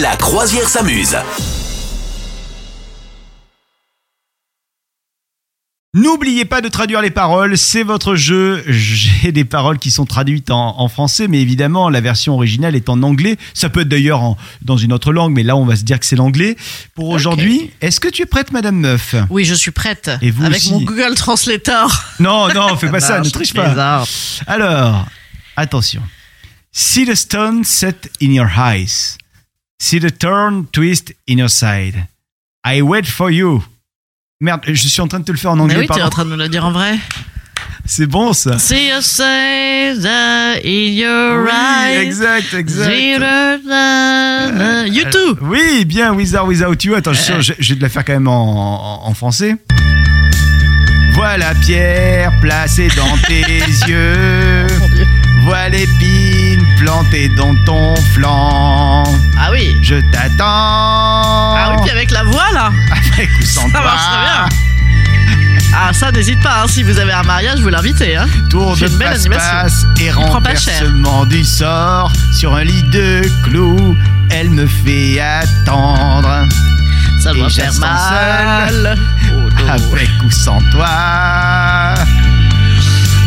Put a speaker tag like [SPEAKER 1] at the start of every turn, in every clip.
[SPEAKER 1] La croisière s'amuse.
[SPEAKER 2] N'oubliez pas de traduire les paroles, c'est votre jeu. J'ai des paroles qui sont traduites en, en français, mais évidemment, la version originale est en anglais. Ça peut être d'ailleurs en- dans une autre langue, mais là, on va se dire que c'est l'anglais. Pour aujourd'hui, est-ce que tu es prête, Madame Meuf
[SPEAKER 3] Oui, je suis prête.
[SPEAKER 2] Et vous
[SPEAKER 3] Avec
[SPEAKER 2] aussi.
[SPEAKER 3] mon Google Translator.
[SPEAKER 2] Non, non, fais pas ça,
[SPEAKER 3] Non,
[SPEAKER 2] ne
[SPEAKER 3] je
[SPEAKER 2] triche pas.
[SPEAKER 3] plaisante.
[SPEAKER 2] Alors, attention. See the stone set in your eyes. See the turn twist in your side. I wait for you. Merde, je suis en train de te le faire en
[SPEAKER 3] Mais
[SPEAKER 2] anglais.
[SPEAKER 3] oui, t'es
[SPEAKER 2] pardon.
[SPEAKER 3] en train de me le dire en vrai.
[SPEAKER 2] C'est bon ça.
[SPEAKER 3] See you say that in your
[SPEAKER 2] Oui,
[SPEAKER 3] eyes.
[SPEAKER 2] exact, exact. Ah,
[SPEAKER 3] Zero, na, na. You too.
[SPEAKER 2] Oui, bien, With or Without You. Attends, je, suis sûr, je- je vais te la faire quand même en, en- en français. Voilà Pierre placée dans tes yeux. Voilà l'épine plantée dans ton flanc.
[SPEAKER 3] Ah oui.
[SPEAKER 2] Je t'attends.
[SPEAKER 3] Ah
[SPEAKER 2] Oh.
[SPEAKER 3] oui, puis avec la voix là.
[SPEAKER 2] Avec ou sans
[SPEAKER 3] Ça
[SPEAKER 2] toi.
[SPEAKER 3] marche très bien. Ah ça, n'hésite pas. hein. Si vous avez un mariage, vous l'invitez. Hein.
[SPEAKER 2] Tour de
[SPEAKER 3] C'est une belle
[SPEAKER 2] passe-passe
[SPEAKER 3] animation.
[SPEAKER 2] et
[SPEAKER 3] Il prend pas cher.
[SPEAKER 2] renversement du sort sur un lit de clous. Elle me fait attendre.
[SPEAKER 3] Ça doit
[SPEAKER 2] Et
[SPEAKER 3] faire
[SPEAKER 2] j'attends Ah
[SPEAKER 3] mal. Oh, non.
[SPEAKER 2] Avec ou sans toi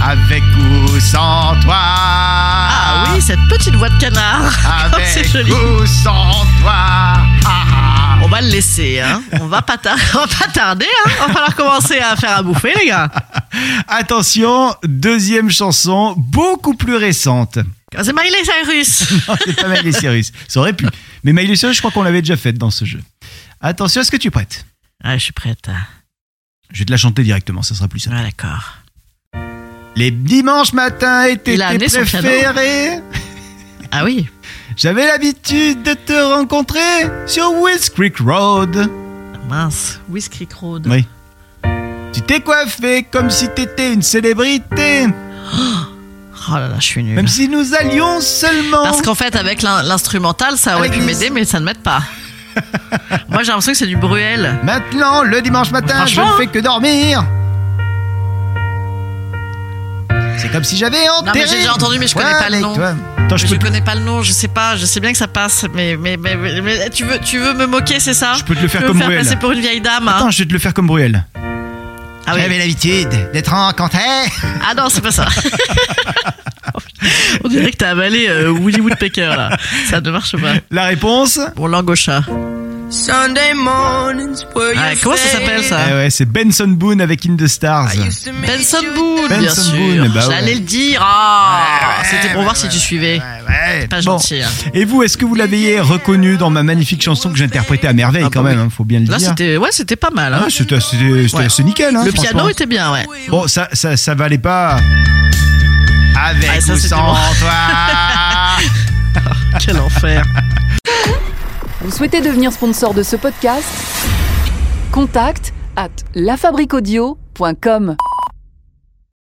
[SPEAKER 2] Avec ou sans toi
[SPEAKER 3] Ah oui, cette petite voix de canard. Oh, c'est
[SPEAKER 2] Avec
[SPEAKER 3] joli.
[SPEAKER 2] ou sans toi Ah, ah.
[SPEAKER 3] On va le laisser, hein. On va pas, tar- on va pas tarder, hein. On va falloir commencer à faire à bouffer, les gars.
[SPEAKER 2] Attention, deuxième chanson, beaucoup plus récente.
[SPEAKER 3] Ah, C'est Miley Cyrus.
[SPEAKER 2] Non, c'est pas Miley Cyrus, ça aurait pu. Mais Miley Cyrus, je crois qu'on l'avait déjà faite dans ce jeu. Attention, est-ce que tu es prête
[SPEAKER 3] Ah, je suis prête.
[SPEAKER 2] Je vais te la chanter directement, ça sera plus simple.
[SPEAKER 3] Ah, d'accord.
[SPEAKER 2] Les dimanches matins étaient
[SPEAKER 3] Il a
[SPEAKER 2] tes
[SPEAKER 3] amené son piano.
[SPEAKER 2] préférés.
[SPEAKER 3] Ah oui.
[SPEAKER 2] J'avais l'habitude de te rencontrer sur West Creek Road.
[SPEAKER 3] Mince. Whiskey Road.
[SPEAKER 2] Oui. Tu t'es coiffé comme si t'étais une célébrité,
[SPEAKER 3] Oh là là, je suis nulle.
[SPEAKER 2] même si nous allions seulement.
[SPEAKER 3] Parce qu'en fait, avec l'in- l'instrumental, ça aurait
[SPEAKER 2] Avec
[SPEAKER 3] pu
[SPEAKER 2] les-
[SPEAKER 3] m'aider, mais ça ne m'aide pas. Moi, j'ai l'impression que c'est du Bruel.
[SPEAKER 2] Maintenant, le dimanche matin, je ne
[SPEAKER 3] Franchement,
[SPEAKER 2] fais que dormir. C'est comme si j'avais enterré.
[SPEAKER 3] j'ai déjà entendu, mais je connais
[SPEAKER 2] Ouais,
[SPEAKER 3] pas le
[SPEAKER 2] avec
[SPEAKER 3] nom.
[SPEAKER 2] toi. Attends, je,
[SPEAKER 3] Je
[SPEAKER 2] peux te-
[SPEAKER 3] connais pas le nom, je sais pas, je sais bien que ça passe, mais, mais, mais, mais- mais tu, veux, tu veux me moquer, c'est ça
[SPEAKER 2] Je peux te le faire
[SPEAKER 3] Tu veux
[SPEAKER 2] comme
[SPEAKER 3] me faire
[SPEAKER 2] Bruel.
[SPEAKER 3] passer pour une vieille dame. hein
[SPEAKER 2] Attends, je vais te le faire comme Bruel.
[SPEAKER 3] ah, oui.
[SPEAKER 2] J'avais l'habitude d'être rencontré.
[SPEAKER 3] Ah non, c'est pas ça. On dirait que t'as avalé euh, Woody Woodpecker là. Ça ne marche pas.
[SPEAKER 2] La réponse
[SPEAKER 3] Bon, langue au chat.
[SPEAKER 4] Sunday mornings were
[SPEAKER 3] Ah, Ah,
[SPEAKER 4] your
[SPEAKER 3] comment ça s'appelle ça
[SPEAKER 2] Eh ouais, c'est Benson Boone avec In the Stars.
[SPEAKER 3] Benson Boone, bien
[SPEAKER 2] Benson
[SPEAKER 3] sûr.
[SPEAKER 2] Boone, bah ouais.
[SPEAKER 3] J'allais le dire. Ah,
[SPEAKER 2] Ouais, ouais,
[SPEAKER 3] C'était pour
[SPEAKER 2] ouais,
[SPEAKER 3] voir si
[SPEAKER 2] ouais,
[SPEAKER 3] tu suivais.
[SPEAKER 2] Ouais, ouais.
[SPEAKER 3] Pas
[SPEAKER 2] Eh, Bon.
[SPEAKER 3] gentil. hein.
[SPEAKER 2] Et vous, est-ce que vous l'avez reconnu dans ma magnifique chanson que j'interprétais à merveille
[SPEAKER 3] Ah
[SPEAKER 2] quand
[SPEAKER 3] bah
[SPEAKER 2] même,
[SPEAKER 3] oui.
[SPEAKER 2] hein, faut bien le
[SPEAKER 3] Là,
[SPEAKER 2] dire.
[SPEAKER 3] c'était ouais, c'était pas mal. hein.
[SPEAKER 2] Ah, c'était c'était- c'était
[SPEAKER 3] Ouais.
[SPEAKER 2] assez nickel. Hein,
[SPEAKER 3] le
[SPEAKER 2] franchement.
[SPEAKER 3] piano était bien, ouais.
[SPEAKER 2] Bon, ça, ça, ça valait pas. Avec
[SPEAKER 3] Ah, ça,
[SPEAKER 2] ou
[SPEAKER 3] c'était
[SPEAKER 2] sans
[SPEAKER 3] bon.
[SPEAKER 2] toi.
[SPEAKER 3] Quel enfer.
[SPEAKER 5] Vous souhaitez devenir sponsor de ce podcast Contact à lafabriquaudio.com.